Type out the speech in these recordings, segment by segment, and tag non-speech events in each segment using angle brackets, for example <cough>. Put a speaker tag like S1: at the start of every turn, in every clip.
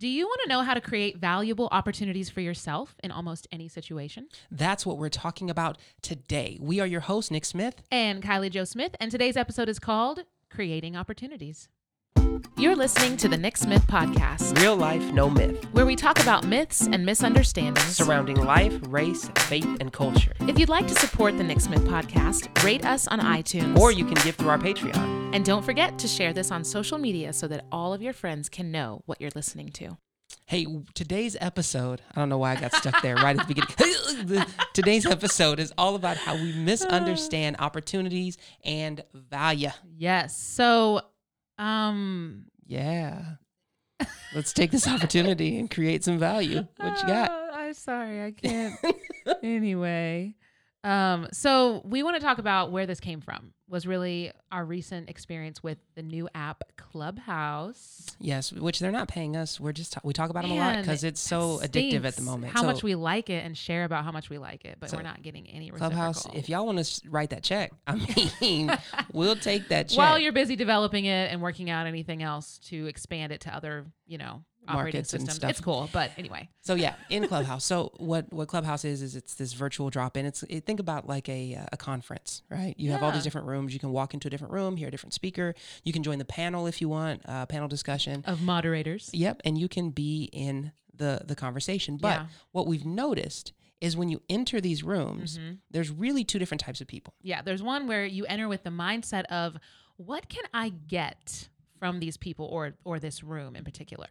S1: Do you want to know how to create valuable opportunities for yourself in almost any situation?
S2: That's what we're talking about today. We are your hosts, Nick Smith.
S1: And Kylie Joe Smith, and today's episode is called Creating Opportunities. You're listening to the Nick Smith Podcast,
S2: Real life, no myth.
S1: where we talk about myths and misunderstandings.
S2: Surrounding life, race, faith, and culture.
S1: If you'd like to support the Nick Smith Podcast, rate us on iTunes.
S2: Or you can give through our Patreon.
S1: and don't forget to share this on social media so that all of your friends can know what you're listening to.
S2: Hey, today's episode, I don't know why I got stuck there right at the beginning. <laughs> today's episode is all about how we misunderstand opportunities and value.
S1: Yes. So, um,
S2: Yeah. Let's take this opportunity and create some value. What you
S1: <laughs>
S2: got?
S1: Uh, I'm sorry, I
S2: <laughs>
S1: can't. anyway, um, so we want to talk about where this came from. Was really our recent experience with the new app Clubhouse.
S2: Yes, which they're not paying us. We're just ta- we talk about them a lot
S1: Man,
S2: because it's
S1: that
S2: so addictive at
S1: stinks
S2: the moment.
S1: How
S2: so
S1: much we like it and share about how much we like it, but
S2: So,
S1: we're not getting any
S2: Clubhouse,
S1: reciprocal.
S2: if y'all want to write that check, <laughs> I mean, we'll take that check.
S1: While you're busy developing it and working out anything else to expand it to other, you know, operating
S2: Markets and
S1: systems,
S2: stuff.
S1: it's cool. But anyway,
S2: so yeah, in Clubhouse. So what what Clubhouse is is it's this virtual drop in. It's it, think about like a uh, a conference, right? You have all
S1: Yeah.
S2: these different rooms. You can walk into a different room, hear a different speaker. You can join the panel if you want, uh, panel discussion.
S1: of moderators,
S2: Yep, and you can be in the the conversation. But
S1: Yeah.
S2: what we've noticed is when you enter these rooms,
S1: Mhm.
S2: there's really two different types of people.
S1: Yeah, there's one where you enter with the mindset of what can I get from these people or or this room in particular.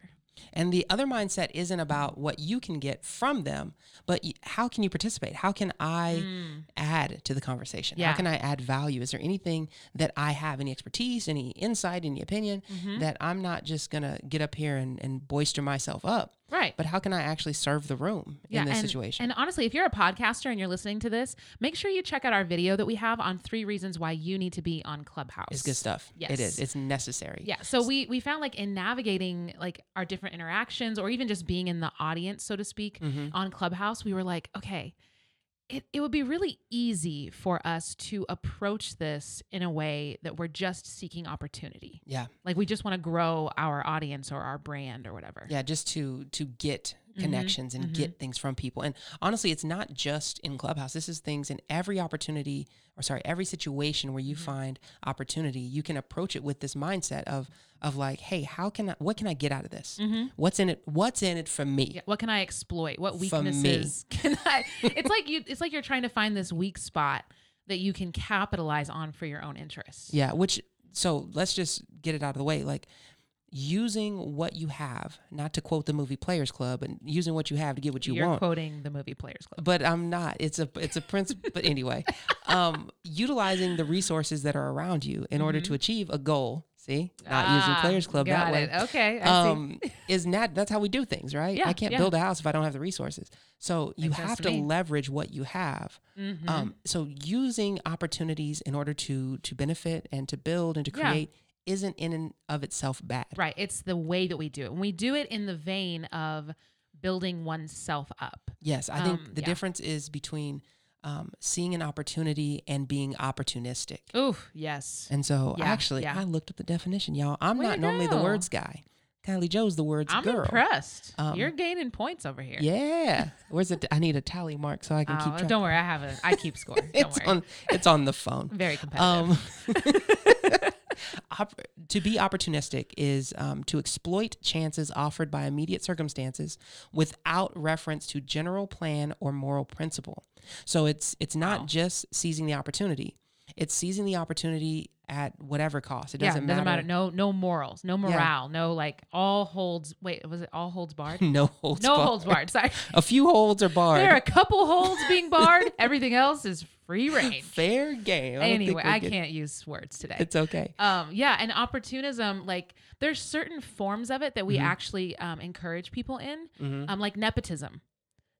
S2: And the other mindset isn't about what you can get from them, but y- how can you participate? How can I add to the conversation?
S1: Mm. Yeah.
S2: How can I add value? Is there anything that I have, any expertise, any insight, any opinion
S1: Mm-hmm.
S2: that I'm not just going to get up here and, and boister myself up,
S1: Right.
S2: but how can I actually serve the room in this
S1: and,
S2: situation?
S1: And honestly, if you're a podcaster and you're listening to this, make sure you check out our video that we have on three reasons why you need to be on Clubhouse.
S2: it's good stuff. It
S1: Yes.
S2: is. It's necessary.
S1: Yeah. So we we found like in navigating like our different interactions or even just being in the audience, so to speak,
S2: Mhm.
S1: on Clubhouse, we were like, okay, it, it would be really easy for us to approach this in a way that we're just seeking opportunity.
S2: Yeah.
S1: Like we just want to grow our audience or our brand or whatever.
S2: yeah just to to get
S1: Mhm,
S2: connections and
S1: mhm.
S2: get things from people and honestly it's not just in clubhouse this is things in every opportunity or sorry every situation where
S1: Mm-hmm.
S2: you find opportunity you can approach it with this mindset of of like hey how can i what can i get out of this
S1: Mm-hmm.
S2: what's in it what's in it for me
S1: Yeah, what can I exploit? What
S2: For me.
S1: weaknesses <laughs> can
S2: <laughs>
S1: I? It's like you. It's like you're trying to find this weak spot that you can capitalize on for your own interests.
S2: yeah which so let's just get it out of the way like using what you have not to quote the movie players club and using what you have to get what you
S1: You're
S2: want
S1: quoting the movie Players Club.
S2: but I'm not. It's a it's a principle. but anyway, um, utilizing the resources that are around you in order to achieve a goal. See, not using
S1: Mm-hmm. Ah,
S2: Players Club
S1: got
S2: that way.
S1: it. Okay. I see.
S2: Um, is not that's how we do things, right?
S1: Yeah,
S2: I can't
S1: yeah.
S2: build a house if I don't have the resources. So you
S1: Makes sense
S2: have
S1: to
S2: to
S1: me.
S2: leverage what you have.
S1: Mhm.
S2: Um, so using opportunities in order to to benefit and to build and to
S1: Yeah.
S2: create isn't in and of itself bad.
S1: right. It's the way that we do it. And we do it in the vein of building oneself up.
S2: Yes, I
S1: Um,
S2: think the
S1: yeah.
S2: difference is between um, seeing an opportunity and being opportunistic.
S1: Oof. Yes.
S2: And so
S1: Yeah,
S2: actually,
S1: yeah.
S2: I looked up the definition, y'all. I'm
S1: Way
S2: not
S1: to
S2: normally the
S1: go.
S2: words guy. Kylie Joe's the words
S1: I'm
S2: girl.
S1: impressed.
S2: Um,
S1: You're gaining points over here.
S2: Yeah. Where's it? I need a tally mark so I can
S1: Oh,
S2: keep track.
S1: don't worry. I have a. I keep score. Don't
S2: <laughs> it's
S1: worry.
S2: on it's on
S1: <laughs>
S2: the phone.
S1: Very competitive.
S2: Um <laughs> op- to be opportunistic is um, to exploit chances offered by immediate circumstances without reference to general plan or moral principle. So it's it's not
S1: Wow.
S2: just seizing the opportunity; it's seizing the opportunity at whatever cost. It doesn't,
S1: yeah, doesn't matter.
S2: matter.
S1: No, no morals, no morale, no like all holds. Wait, was it all holds barred?
S2: <laughs> No <laughs> holds.
S1: no
S2: barred.
S1: holds barred.
S2: <laughs>
S1: Sorry,
S2: A few holds are barred.
S1: there are a couple holds being barred. Everything else is
S2: <laughs>
S1: free range.
S2: Fair game. I don't think
S1: anyway,
S2: we're
S1: I
S2: good.
S1: can't use words
S2: <laughs>
S1: today.
S2: It's okay.
S1: Um, yeah, and opportunism, like there's certain forms of it that
S2: Mm-hmm.
S1: we actually um, encourage people in,
S2: Mhm.
S1: um, like nepotism.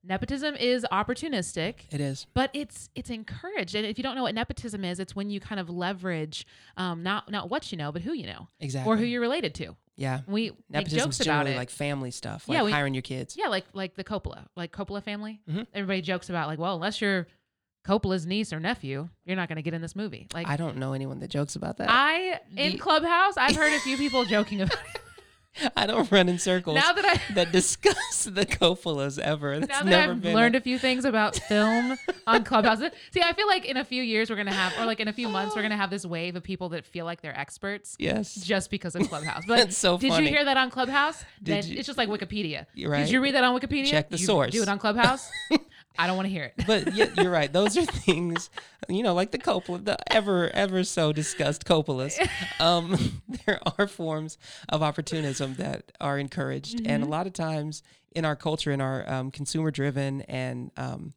S1: Nepotism is opportunistic.
S2: It is.
S1: but it's it's encouraged and if you don't know what nepotism is it's when you kind of leverage um not not what you know but who you know
S2: Exactly.
S1: or who you're related to
S2: Yeah.
S1: we make
S2: Nepotism's
S1: jokes about
S2: generally
S1: it
S2: like family stuff, like
S1: Yeah, we-
S2: hiring your kids.
S1: yeah like like the coppola like coppola family
S2: Mhm.
S1: everybody jokes about like well unless you're coppola's niece or nephew you're not going to get in this movie like
S2: I
S1: i,
S2: don't know anyone that jokes about that.
S1: in
S2: the-
S1: clubhouse i've heard a few people joking <laughs> about it
S2: <laughs> I don't run in circles
S1: Now that I
S2: that discuss the Coppolas ever. That's
S1: now that
S2: never
S1: I've
S2: been
S1: learned a few things about film
S2: <laughs>
S1: on Clubhouse. See, I feel like in a few years we're gonna have, or like in a few months we're gonna have this wave of people that feel like they're experts
S2: yes.
S1: just because
S2: <laughs>
S1: of Clubhouse. But
S2: That's so
S1: did
S2: funny.
S1: you hear that on Clubhouse?
S2: Did
S1: That-
S2: you-
S1: it's just like Wikipedia.
S2: You're right.
S1: Did you read that on Wikipedia?
S2: Check the
S1: You
S2: source.
S1: Do it on
S2: <laughs>
S1: Clubhouse. I don't want to hear it.
S2: but yeah, you're right. Those are <laughs> things, you know, like the Coppola, the ever, ever so discussed Coppolas. Um, <laughs> there are forms of opportunism that are encouraged, and
S1: Mm-hmm.
S2: a lot of times in our culture, in our um, consumer-driven and um,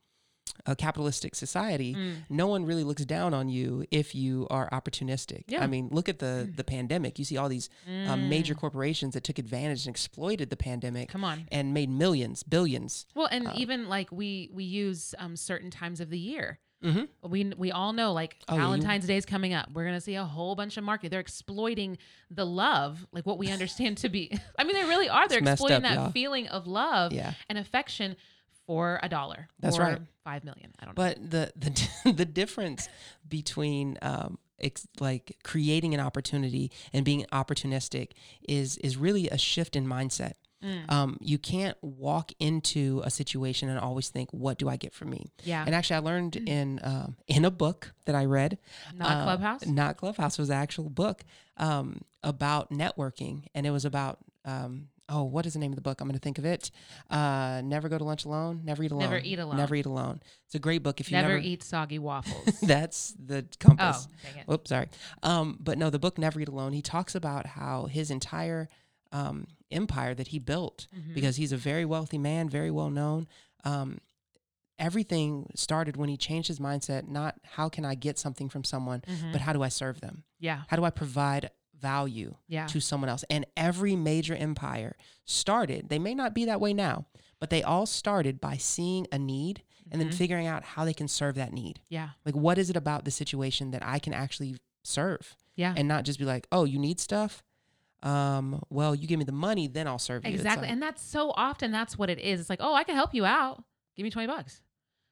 S2: uh, capitalistic society,
S1: Mm.
S2: no one really looks down on you if you are opportunistic.
S1: Yeah. Mm.
S2: I mean, look at the the pandemic. You see all these um, major corporations that took advantage and exploited the pandemic.
S1: Come on.
S2: And made millions, billions.
S1: Well, and even like we we use um, certain times of the year.
S2: Mm-hmm.
S1: We we all know like
S2: Oh, yeah, you-
S1: Valentine's Day is coming up. We're gonna see a whole bunch of marketing. They're exploiting the love, like what we understand to be. <laughs> I mean, they really are. They're
S2: It's messed
S1: exploiting
S2: up,
S1: that
S2: y'all.
S1: feeling of love
S2: Yeah.
S1: and affection for a dollar.
S2: That's
S1: or
S2: right.
S1: Five million. I don't know.
S2: But the the <laughs> the difference between um ex- like creating an opportunity and being opportunistic is is really a shift in mindset. Um, you can't walk into a situation and always think, "What do I get from me?"
S1: Yeah.
S2: And actually, I learned in um, in a book that I read,
S1: Not
S2: uh,
S1: Clubhouse?
S2: not Clubhouse it was an actual book um, about networking, and it was about um, oh, what is the name of the book? I'm going to think of it. Uh, never go to lunch alone. Never eat alone.
S1: Never Eat Alone.
S2: Never eat alone. It's a great book. If you
S1: never,
S2: never,
S1: eat soggy waffles.
S2: <laughs> that's the
S1: oh,
S2: compass.
S1: dang it.
S2: Oops, sorry. Um, but no, the book Never Eat Alone. He talks about how his entire um, empire that he built,
S1: Mm-hmm.
S2: because he's a very wealthy man, very well known. Um, everything started when he changed his mindset. Not how can I get something from someone, but how do I serve them?
S1: Mm-hmm. Yeah.
S2: How do I provide value
S1: Yeah.
S2: to someone else? And every major empire started, they may not be that way now, but they all started by seeing a need and
S1: Mm-hmm.
S2: then figuring out how they can serve that need.
S1: Yeah.
S2: Like, what is it about the situation that I can actually serve
S1: Yeah.
S2: and not just be like, oh, you need stuff? Um, well, you give me the money, then I'll serve you. It's
S1: Exactly.
S2: like-
S1: and that's so often that's what it is. It's like, oh, I can help you out. Give me 20 bucks.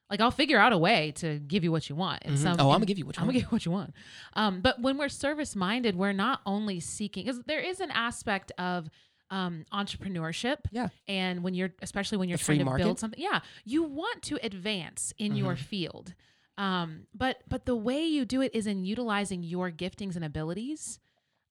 S1: Like I'll figure out a way to give you what you want. And
S2: Mhm.
S1: some
S2: oh, I'm
S1: in-
S2: gonna give
S1: <laughs>
S2: you what you
S1: I'm
S2: want.
S1: gonna get what you want. Um, but when we're service minded, we're not only seeking because there is an aspect of um, entrepreneurship.
S2: Yeah.
S1: And when you're especially when you're
S2: The free
S1: trying to
S2: market. Mm-hmm.
S1: build something, yeah, you want to advance in your field. Um, but but the way you do it is in utilizing your giftings and abilities,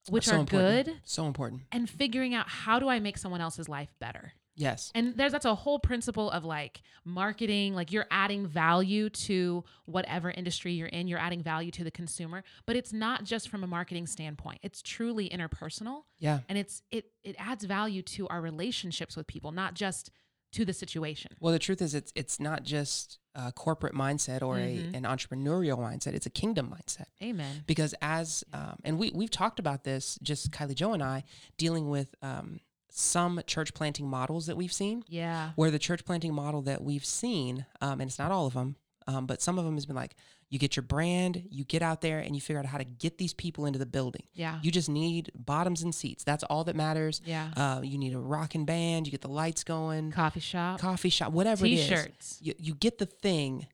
S1: which
S2: so
S1: are
S2: important.
S1: good,
S2: So important.
S1: and figuring out how do I make someone else's life better.
S2: Yes.
S1: And there's that's a whole principle of like marketing, like you're adding value to whatever industry you're in, you're adding value to the consumer, but it's not just from a marketing standpoint. It's truly interpersonal
S2: Yeah.
S1: and it's it it adds value to our relationships with people, not just to the situation.
S2: Well, the truth is, it's it's not just a corporate mindset or
S1: Mm-hmm.
S2: a, an entrepreneurial mindset. It's a kingdom mindset.
S1: Amen.
S2: because as um, and we we've talked about this just Kylie Joe and I dealing with um, some church planting models that we've seen
S1: Yeah.
S2: where the church planting model that we've seen um, and it's not all of them um, but some of them has been like you get your brand you get out there and you figure out how to get these people into the building
S1: Yeah.
S2: you just need bottoms and seats that's all that matters
S1: Yeah.
S2: uh, you need a rocking band you get the lights going
S1: Coffee shop,
S2: coffee shop whatever it is
S1: t-shirts.
S2: you, you get the thing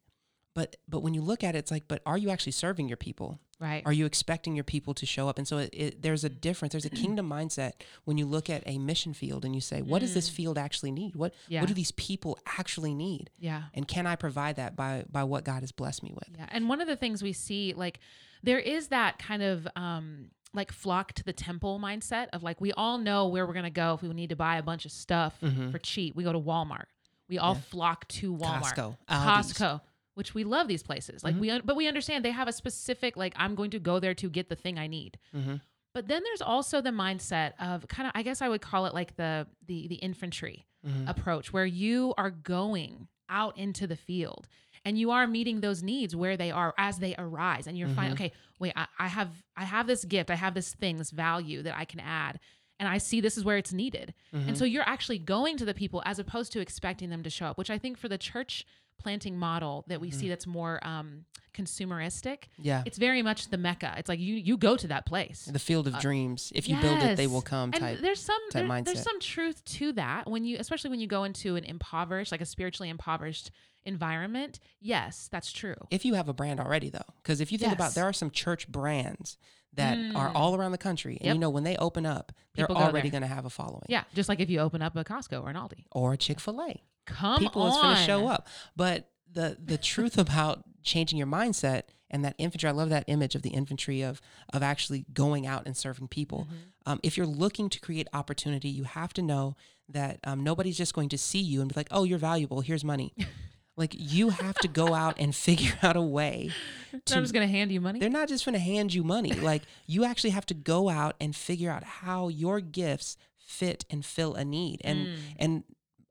S2: but but when you look at it it's like but are you actually serving your people
S1: Right.
S2: are you expecting your people to show up and so it, it, there's a
S1: <clears throat>
S2: difference there's a kingdom mindset when you look at a mission field and you say what does this field actually need what
S1: Mm. Yeah.
S2: what do these people actually need
S1: yeah.
S2: and can i provide that by by what god has blessed me with
S1: Yeah. And one of the things we see, like, there is that kind of um like flock to the temple mindset of like we all know where we're gonna go if we need to buy a bunch of stuff for cheap. We go to Walmart. We all flock to Walmart.
S2: Costco, Aldi's.
S1: Costco. Which we love these places. Like we un- but we understand they have a specific like I'm going to go there to get the thing I need.
S2: Mhm.
S1: But then there's also the mindset of kind of I guess I would call it like the the the infantry
S2: mm-hmm,
S1: approach where you are going out into the field and you are meeting those needs where they are as they arise and you're fine okay wait I, I have i have this gift i have this thing this value that i can add and i see this is where it's needed
S2: mm-hmm.
S1: and so you're actually going to the people as opposed to expecting them to show up which i think for the church planting model that we see that's more um, consumeristic
S2: yeah
S1: it's very much the mecca it's like you you go to that place
S2: the field of dreams if you build it they
S1: uh, Yes.
S2: will come
S1: And
S2: type
S1: there's some
S2: type
S1: there-
S2: mindset.
S1: there's some truth to that when you especially when you go into an impoverished like a spiritually impoverished environment yes that's true
S2: if you have a brand already though because if you think about
S1: Yes.
S2: there are some church brands that are
S1: Mm.
S2: all around the country. And
S1: Yep.
S2: you know, when they open up, they're
S1: People go
S2: already
S1: there.
S2: going to have a following.
S1: Yeah, just like if you open up a Costco or an Aldi.
S2: Or Chick fil A.
S1: Come
S2: People
S1: on.
S2: is going to show up. But the, the truth about changing your mindset and that infantry, I love that image of the infantry of, of actually going out and serving people.
S1: Mhm.
S2: Um, if you're looking to create opportunity, you have to know that um, nobody's just going to see you and be like, oh, you're valuable.
S1: <laughs>
S2: Here's money. like, you have to go out and figure <laughs> out a way
S1: So I'm just going to hand you money.
S2: they're not just going to hand you
S1: <laughs>
S2: money. Like you actually have to go out and figure out how your gifts fit and fill a need. And
S1: Mm.
S2: and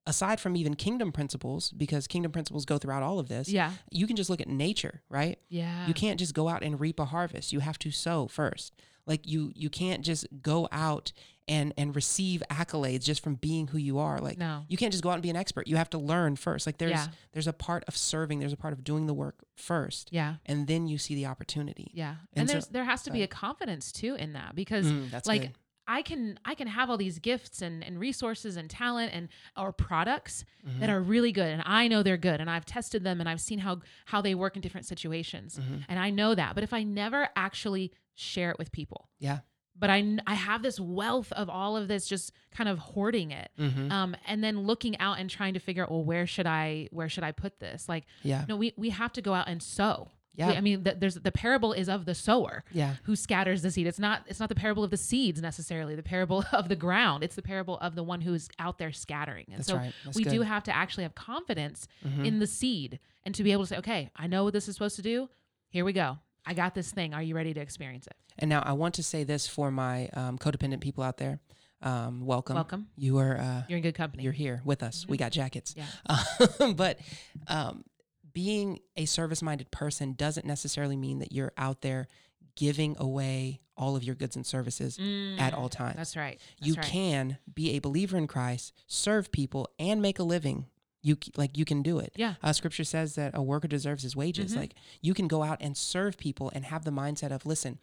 S2: aside from even kingdom principles, because kingdom principles go throughout all of this,
S1: yeah.
S2: you can just look at nature, right?
S1: Yeah.
S2: You can't just go out and reap a harvest. You have to sow first. Like you you can't just go out and and receive accolades just from being who you are. Like
S1: No.
S2: you can't just go out and be an expert. You have to learn first. Like there's
S1: Yeah.
S2: there's a part of serving, there's a part of doing the work first.
S1: Yeah.
S2: And then you see the opportunity.
S1: Yeah. And,
S2: And so-
S1: there's there has to be
S2: sorry.
S1: a confidence too in that because
S2: Mm, that's
S1: like
S2: good.
S1: I can I can have all these gifts and, and resources and talent and or products that
S2: Mm.
S1: are really good and I know they're good and I've tested them and I've seen how how they work in different situations
S2: Mhm.
S1: and I know that but if I never actually share it with people
S2: Yeah.
S1: but I kn- I have this wealth of all of this just kind of hoarding it
S2: Mm-hmm.
S1: um and then looking out and trying to figure out well where should I where should I put this like
S2: Yeah.
S1: no we we have to go out and sow
S2: Yeah.
S1: We- I mean th- there's the parable is of the sower
S2: Yeah.
S1: who scatters the seed. It's not it's not the parable of the seeds necessarily, the parable <laughs> of the ground. It's the parable of the one who's out there scattering. And
S2: That's
S1: so
S2: right. That's
S1: we do
S2: good.
S1: have to actually have confidence
S2: Mhm.
S1: in the seed and to be able to say, okay, I know what this is supposed to do. Here we go. I got this thing. Are you ready to experience it?
S2: And now I want to say this for my um, codependent people out there. Um, welcome.
S1: Welcome.
S2: You are uh,
S1: You're in good company.
S2: you're here with us. We got jackets.
S1: Yeah.
S2: Uh, <laughs> but um, being a service-minded person doesn't necessarily mean that you're out there giving away all of your goods and services at all times.
S1: Mm-hmm. That's right. That's
S2: you
S1: right.
S2: can be a believer in Christ, serve people, and make a living. You c- like you can do it.
S1: Yeah.
S2: Uh, scripture says that a worker deserves his wages.
S1: Mhm.
S2: Like you can go out and serve people and have the mindset of, listen,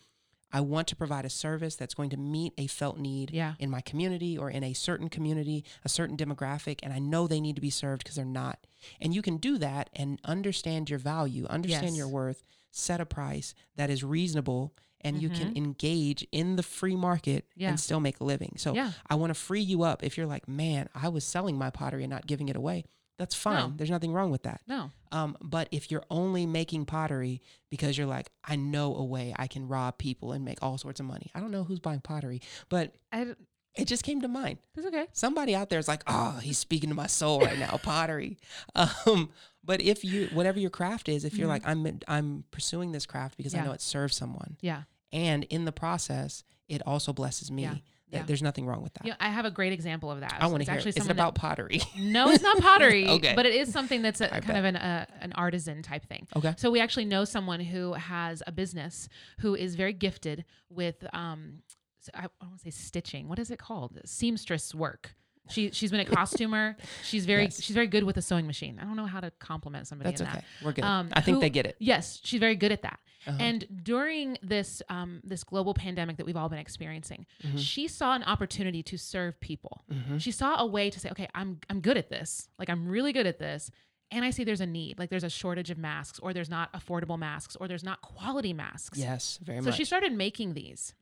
S2: I want to provide a service that's going to meet a felt need
S1: Yeah.
S2: in my community or in a certain community, a certain demographic, and I know they need to be served because they're not. And you can do that and understand your value, understand
S1: Yes.
S2: your worth, set a price that is reasonable, and you can engage in the free market
S1: Mm-hmm. Yeah.
S2: and still make a living. So
S1: Yeah.
S2: I want to free you up if you're like, man, I was selling my pottery and not giving it away. That's fine.
S1: No.
S2: There's nothing wrong with that.
S1: No.
S2: Um, but if you're only making pottery because you're like, I know a way I can rob people and make all sorts of money. I don't know who's buying pottery, but
S1: I, don't-
S2: it just came to mind.
S1: that's okay.
S2: Somebody out there is like, oh, he's speaking to my soul right now, pottery. <laughs> Um, but if you, whatever your craft is, if you're
S1: Mhm.
S2: like, I'm, I'm pursuing this craft because
S1: Yeah.
S2: I know it serves someone,
S1: Yeah.
S2: and in the process, it also blesses me.
S1: Yeah.
S2: Th-
S1: Yeah.
S2: There's nothing wrong with that.
S1: You know, I have a great example of that.
S2: I want
S1: It's
S2: to hear.
S1: actually
S2: It. Is it
S1: someone that- <laughs>
S2: about pottery?
S1: No, it's
S2: <laughs>
S1: not pottery.
S2: Okay.
S1: But it is something that's a,
S2: I
S1: kind of an uh, an artisan type thing.
S2: Okay.
S1: So we actually know someone who has a business who is very gifted with um, s- I, I want to say stitching. What is it called? Seamstress work. She she's been a costumer. She's very
S2: Yes.
S1: she's very good with a sewing machine. I don't know how to compliment somebody
S2: That's
S1: in
S2: okay.
S1: that.
S2: We're good.
S1: Um,
S2: I think
S1: who-
S2: they get it.
S1: Yes, she's very good at that.
S2: Uh-huh.
S1: And during this um, this global pandemic that we've all been experiencing,
S2: Mm-hmm.
S1: she saw an opportunity to serve people. She saw a way to say, okay, I'm I'm good at this. Like I'm really good at this. And I see there's a need. Like there's a shortage of masks, or there's not affordable masks, or there's not quality masks.
S2: Yes, very
S1: So
S2: much.
S1: she started making these.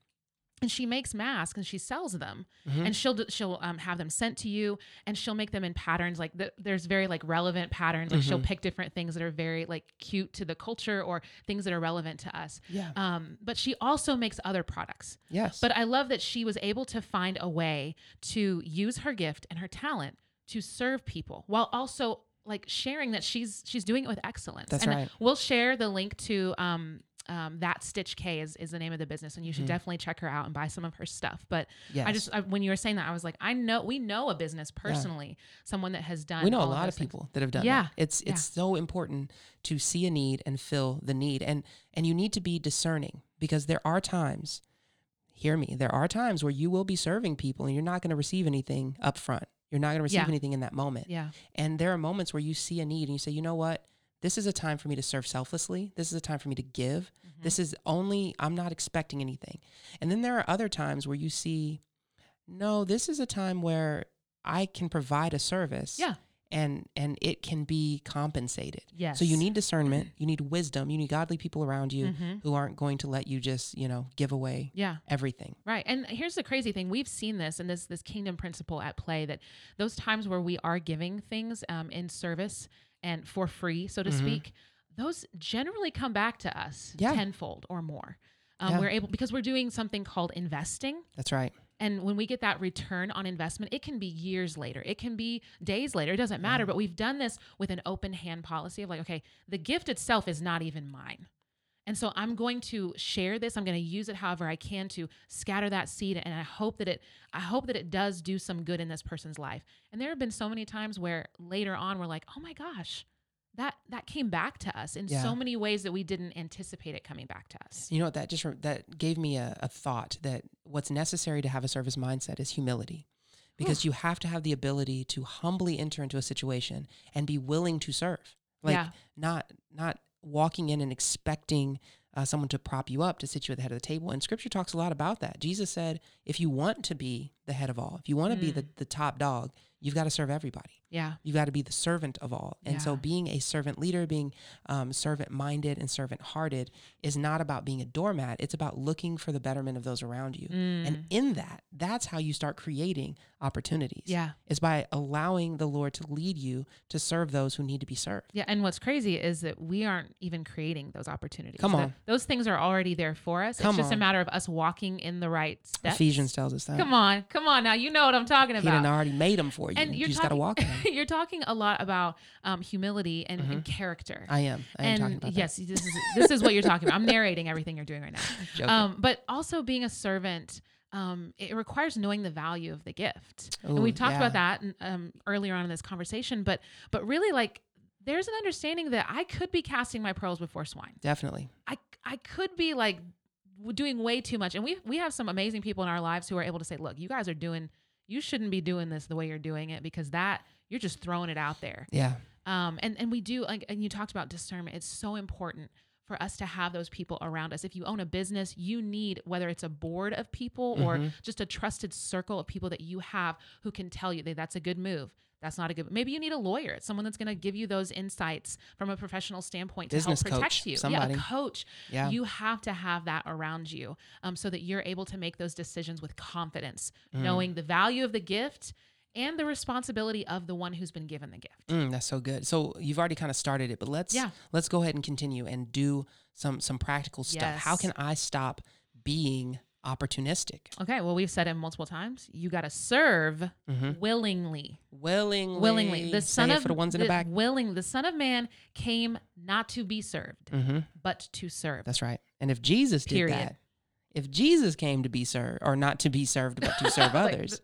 S1: And she makes masks and she sells them,
S2: Mhm.
S1: and she'll d- she'll um, have them sent to you, and she'll make them in patterns like th- there's very like relevant patterns. Like
S2: Mm-hmm.
S1: she'll pick different things that are very like cute to the culture or things that are relevant to us.
S2: yeah.
S1: Um, but she also makes other products.
S2: yes.
S1: But I love that she was able to find a way to use her gift and her talent to serve people while also like sharing that she's she's doing it with excellence.
S2: That's
S1: and
S2: right.
S1: We'll share the link to um, um, that Stitch K is, is the name of the business, and you should
S2: Mhm.
S1: definitely check her out and buy some of her stuff. But
S2: yes.
S1: I just I, when you were saying that, I was like, I know we know a business personally, someone that has done.
S2: we know a
S1: all
S2: lot
S1: those
S2: of
S1: things.
S2: people that have done
S1: Yeah,
S2: that. It's
S1: yeah.
S2: it's so important to see a need and fill the need. And and you need to be discerning because there are times hear me, there are times where you will be serving people and you're not going to receive anything up front. You're not going to receive
S1: Yeah.
S2: anything in that moment.
S1: Yeah,
S2: And there are moments where you see a need and you say, you know what? This is a time for me to serve selflessly. This is a time for me to give.
S1: Mm-hmm.
S2: This is only, I'm not expecting anything. And then there are other times where you see, no, this is a time where I can provide a service.
S1: Yeah.
S2: and and it can be compensated.
S1: Yes.
S2: So you need discernment, you need wisdom, you need godly people around you
S1: Mhm.
S2: who aren't going to let you just, you know, give away
S1: Yeah.
S2: everything.
S1: Right. And here's the crazy thing. We've seen this and this this kingdom principle at play that those times where we are giving things um, in service and for free, so to
S2: Mhm.
S1: speak, those generally come back to us
S2: Yeah.
S1: tenfold or more. Um,
S2: Yeah.
S1: We're able because we're doing something called investing.
S2: That's right.
S1: And when we get that return on investment, it can be years later. It can be days later. It doesn't matter. But we've done this with an open hand policy of like, okay, the gift itself is not even mine. And so I'm going to share this. I'm going to use it however I can to scatter that seed. And I hope that it, I hope that it does do some good in this person's life. And there have been so many times where later on we're like, oh my gosh, that that came back to us in
S2: Yeah.
S1: so many ways that we didn't anticipate it coming back to us.
S2: You know what that just re- that gave me a, a thought that what's necessary to have a service mindset is humility. Because you have to have the ability to humbly enter into a situation and be willing to serve. Like
S1: Yeah.
S2: not not walking in and expecting uh, someone to prop you up to sit you at the head of the table. And scripture talks a lot about that. Jesus said, if you want to be the head of all, if you want to be the, the top dog, you've got to serve everybody.
S1: Yeah.
S2: You've got to be the servant of all. And so
S1: Yeah.
S2: being a servant leader, being um, servant minded and servant hearted is not about being a doormat. It's about looking for the betterment of those around you.
S1: Mm.
S2: And
S1: Mm-hmm.
S2: in that, that's how you start creating opportunities.
S1: Yeah.
S2: Is by allowing the Lord to lead you to serve those who need to be served.
S1: Yeah, and what's crazy is that we aren't even creating those opportunities.
S2: Come
S1: That-
S2: on.
S1: those things are already there for us.
S2: Come
S1: it's just a
S2: on.
S1: matter of us walking in the right steps.
S2: Ephesians tells us that.
S1: Come on, come on now. You know what I'm talking
S2: He done
S1: about.
S2: already made them for you.
S1: And
S2: you
S1: you're
S2: just got to
S1: talking-
S2: walk in Mm-hmm. 'em.
S1: <laughs> You're talking a lot about um, humility and, and character.
S2: I am. I am
S1: and
S2: talking about that.
S1: yes, this is this is what you're talking about. I'm narrating everything you're doing right now.
S2: <laughs> Joking.
S1: Um, but also being a servant, um, it requires knowing the value of the gift, and we
S2: Ooh,
S1: talked
S2: yeah.
S1: about that um, earlier on in this conversation. But but really, like, there's an understanding that I could be casting my pearls before swine.
S2: Definitely.
S1: I I could be like w- doing way too much, and we we have some amazing people in our lives who are able to say, look, you guys are doing, you shouldn't be doing this the way you're doing it because that you're just throwing it out there
S2: Yeah.
S1: um, and and we do like and you talked about discernment it's so important for us to have those people around us if you own a business you need whether it's a board of people or
S2: Mhm.
S1: just a trusted circle of people that you have who can tell you that that's a good move that's not a good maybe you need a lawyer it's someone that's going to give you those insights from a professional standpoint to
S2: Business
S1: help protect
S2: coach,
S1: you
S2: somebody.
S1: yeah a coach
S2: Yeah.
S1: you have to have that around you um, so that you're able to make those decisions with confidence
S2: Mm.
S1: knowing the value of the gift and the responsibility of the one who's been given the gift
S2: Mm, that's so good. So you've already kind of started it, but let's
S1: Yeah.
S2: let's go ahead and continue and do some some practical stuff. How
S1: Yes.
S2: can I stop being opportunistic?
S1: Okay, well, we've said it multiple times. You got to serve
S2: Mhm.
S1: willingly,
S2: Willingly,
S1: willingly. The
S2: Say
S1: son
S2: it
S1: of
S2: for the ones in the back.
S1: willing. The son of man came not to be served,
S2: hmm
S1: but to serve.
S2: That's right. And if Jesus did
S1: Period.
S2: that, if Jesus came to be served or not to be served, but
S1: <laughs>
S2: to serve
S1: Like,
S2: others,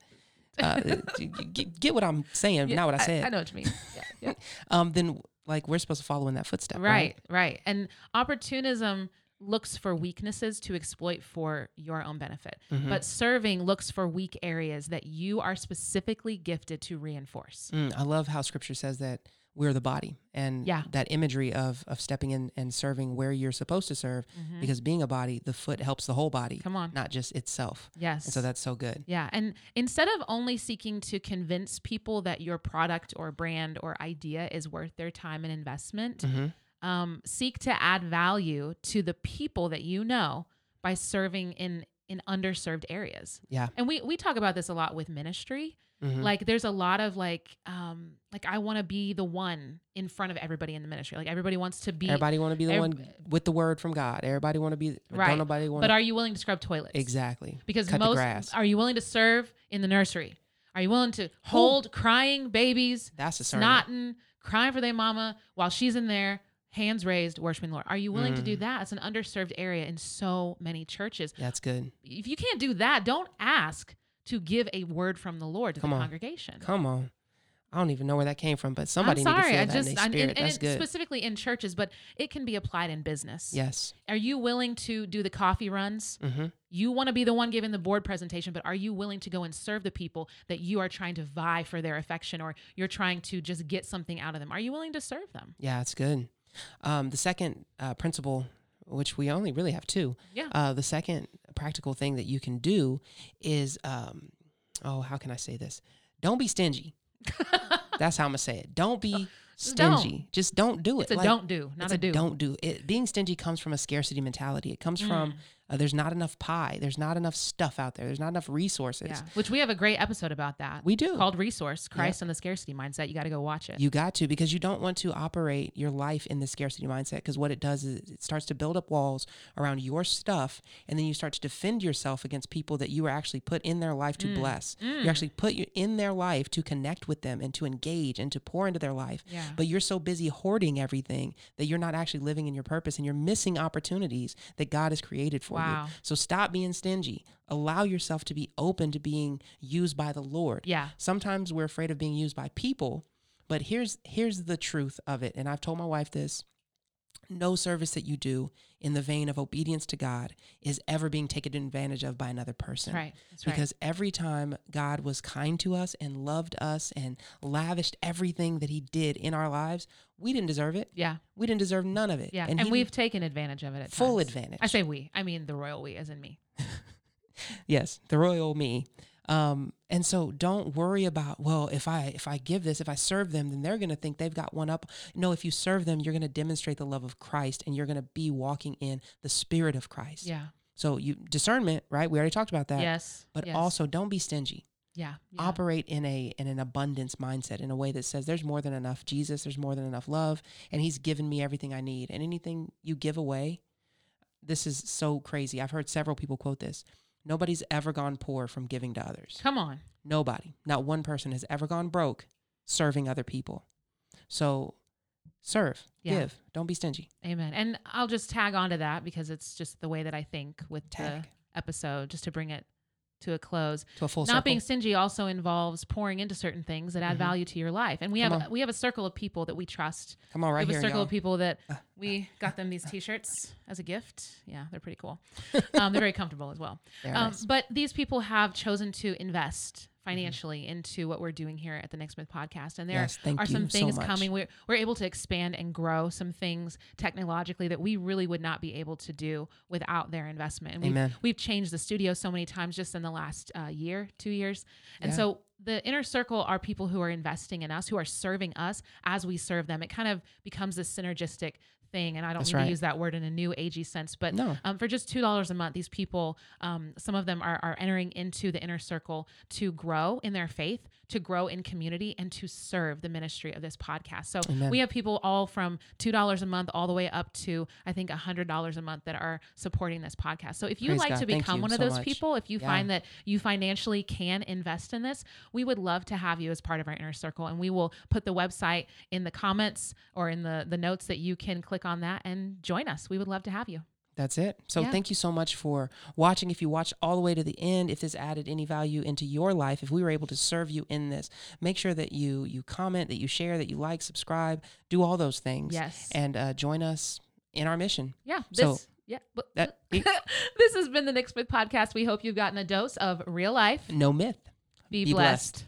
S2: uh, g- g- get what I'm
S1: <laughs>
S2: saying,
S1: Yeah,
S2: not what I said.
S1: I, know what you mean. Yeah,
S2: <laughs>
S1: yeah.
S2: um, then like we're supposed to follow in that footstep,
S1: right, right. And opportunism looks for weaknesses to exploit for your own benefit,
S2: Mm-hmm.
S1: but serving looks for weak areas that you are specifically gifted to reinforce.
S2: Mm, I love how scripture says that we're the body and
S1: Yeah.
S2: that imagery of of stepping in and serving where you're supposed to serve because being a body, the foot helps the whole body,
S1: Mm-hmm. Come on.
S2: Mm. not just itself.
S1: Yes.
S2: And so that's so good.
S1: Yeah. And instead of only seeking to convince people that your product or brand or idea is worth their time and investment,
S2: Mhm.
S1: um, seek to add value to the people that you know by serving in in underserved areas.
S2: Yeah.
S1: And we we talk about this a lot with ministry.
S2: Mhm.
S1: Like there's a lot of like um like I want to be the one in front of everybody in the ministry. Like everybody wants to be
S2: Everybody want to be the
S1: ev-
S2: one with the word from God. Everybody want to be. Don't
S1: Right.
S2: nobody want.
S1: but are you willing to scrub toilets?
S2: exactly
S1: Because
S2: Cut the
S1: most
S2: grass.
S1: are you willing to serve in the nursery? Are you willing to hold crying babies,
S2: that's a sermon.
S1: snotting, crying for their mama while she's in there, hands raised, worshiping the Lord? Are you willing to
S2: Mm.
S1: do that? It's an underserved area in so many churches.
S2: That's good.
S1: If you can't do that, don't ask to give a word from the Lord to
S2: Come
S1: the
S2: on.
S1: congregation.
S2: Come on. I don't even know where that came from, but somebody
S1: I'm sorry,
S2: need to feel
S1: I
S2: that
S1: just
S2: in their
S1: I'm-
S2: spirit.
S1: and, and
S2: that's
S1: it-
S2: good.
S1: specifically in churches, but it can be applied in business.
S2: yes.
S1: Are you willing to do the coffee runs?
S2: hmm
S1: You want to be the one giving the board presentation, but are you willing to go and serve the people that you are trying to vie for their affection or you're trying to just get something out of them? Are you willing to serve them?
S2: Yeah, that's good. Um, the second uh, principle, which we only really have two,
S1: Yeah.
S2: Uh, the second practical thing that you
S1: <laughs>
S2: can do is, um, oh, how can I say this? Don't be stingy. That's how I'm gonna say it. Don't be stingy.
S1: don't.
S2: Just don't do it.
S1: It's a
S2: Like,
S1: don't do, not
S2: it's
S1: a, do.
S2: Don't do it. Being stingy comes from a scarcity mentality. It comes
S1: Mm.
S2: from uh, there's not enough pie. There's not enough stuff out there. There's not enough resources.
S1: Yeah. Which we have a great episode about that.
S2: We do.
S1: called Resource Christ and the Scarcity Mindset. You got to go watch it.
S2: You got to because you don't want to operate your life in the scarcity mindset because what it does is it starts to build up walls around your stuff and then you start to defend yourself against people that you were actually put in their life to
S1: Mm.
S2: bless. You actually put you in their life to connect with them and to engage and to pour into their life.
S1: Yeah.
S2: But you're so busy hoarding everything that you're not actually living in your purpose and you're missing opportunities that God has created
S1: Wow.
S2: for you. So stop being stingy. Allow yourself to be open to being used by the Lord
S1: yeah.
S2: sometimes we're afraid of being used by people but here's here's the truth of it and i've told my wife this no service that you do in the vein of obedience to god is ever being taken advantage of by another person
S1: That's right. That's right.
S2: because every time God was kind to us and loved us and lavished everything that He did in our lives, we didn't deserve it.
S1: yeah.
S2: We didn't deserve none of it.
S1: Yeah.
S2: and,
S1: And,
S2: He-
S1: we've taken advantage of it at
S2: full
S1: times.
S2: advantage.
S1: I say we. I mean the royal we, as in me.
S2: Yes, the royal me. Um, and so don't worry about, well, if I if I give this, if I serve them, then they're gonna think they've got one up. No, if you serve them, you're gonna demonstrate the love of Christ and you're gonna be walking in the spirit of Christ.
S1: Yeah.
S2: So you discernment, right? We already talked about that.
S1: yes.
S2: But
S1: yes.
S2: also don't be stingy.
S1: yeah. yeah.
S2: Operate in a in an abundance mindset in a way that says there's more than enough Jesus, there's more than enough love, and he's given me everything I need. And anything you give away, this is so crazy. I've heard several people quote this. Nobody's ever gone poor from giving to others.
S1: Come on.
S2: Nobody, not one person has ever gone broke serving other people. So serve,
S1: Yeah.
S2: give, don't be stingy.
S1: Amen. And I'll just tag onto that because it's just the way that I think with
S2: Tag.
S1: the episode, just to bring it to a close.
S2: To a full
S1: Not
S2: circle.
S1: being stingy also involves pouring into certain things that add
S2: Mhm.
S1: value to your life. And we
S2: Come
S1: have
S2: on.
S1: we have a circle of people that we trust.
S2: Come on, right
S1: we have a
S2: here,
S1: circle
S2: y'all.
S1: of people that
S2: Uh,
S1: we got them these t-shirts as a gift. Yeah, they're pretty
S2: <laughs>
S1: cool. Um, they're very comfortable as well.
S2: There it
S1: Um,
S2: is.
S1: But these people have chosen to invest
S2: Mm-hmm.
S1: financially into what we're doing here at the Next Myth podcast, and there
S2: Yes, thank
S1: are some
S2: you so
S1: things
S2: much.
S1: coming. We're we're able to expand and grow some things technologically that we really would not be able to do without their investment. And
S2: Amen.
S1: We've, we've changed the studio so many times just in the last uh, year, two years, and
S2: Yeah.
S1: so. The inner circle are people who are investing in us, who are serving us as we serve them. It kind of becomes this synergistic thing. And I don't
S2: That's
S1: mean
S2: right.
S1: to use that word in a new agey sense, but
S2: No.
S1: um, for just two dollars a month, these people, um, some of them are, are entering into the inner circle to grow in their faith, to grow in community, and to serve the ministry of this podcast. So
S2: Amen.
S1: we have people all from two dollars a month all the way up to I think hundred dollars a month that are supporting this podcast. So if you
S2: Praise
S1: like
S2: God.
S1: to
S2: Thank
S1: become
S2: you
S1: one of
S2: so
S1: those
S2: much.
S1: people, if you
S2: Yeah.
S1: find that you financially can invest in this, we would love to have you as part of our inner circle, and we will put the website in the comments or in the the notes that you can click on that and join us. We would love to have you.
S2: That's it. So
S1: Yeah.
S2: thank you so much for watching. If you watched all the way to the end, if this added any value into your life, if we were able to serve you in this, make sure that you you comment, that you share, that you like, subscribe, do all those things.
S1: Yes.
S2: And uh, join us in our mission.
S1: Yeah. This,
S2: So-
S1: yeah. But, <laughs>
S2: That
S1: this has been the Nick Smith podcast. We hope you've gotten a dose of real life.
S2: no myth.
S1: Be,
S2: Be blessed.
S1: blessed.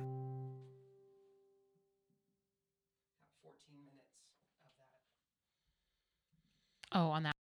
S1: Oh, on that.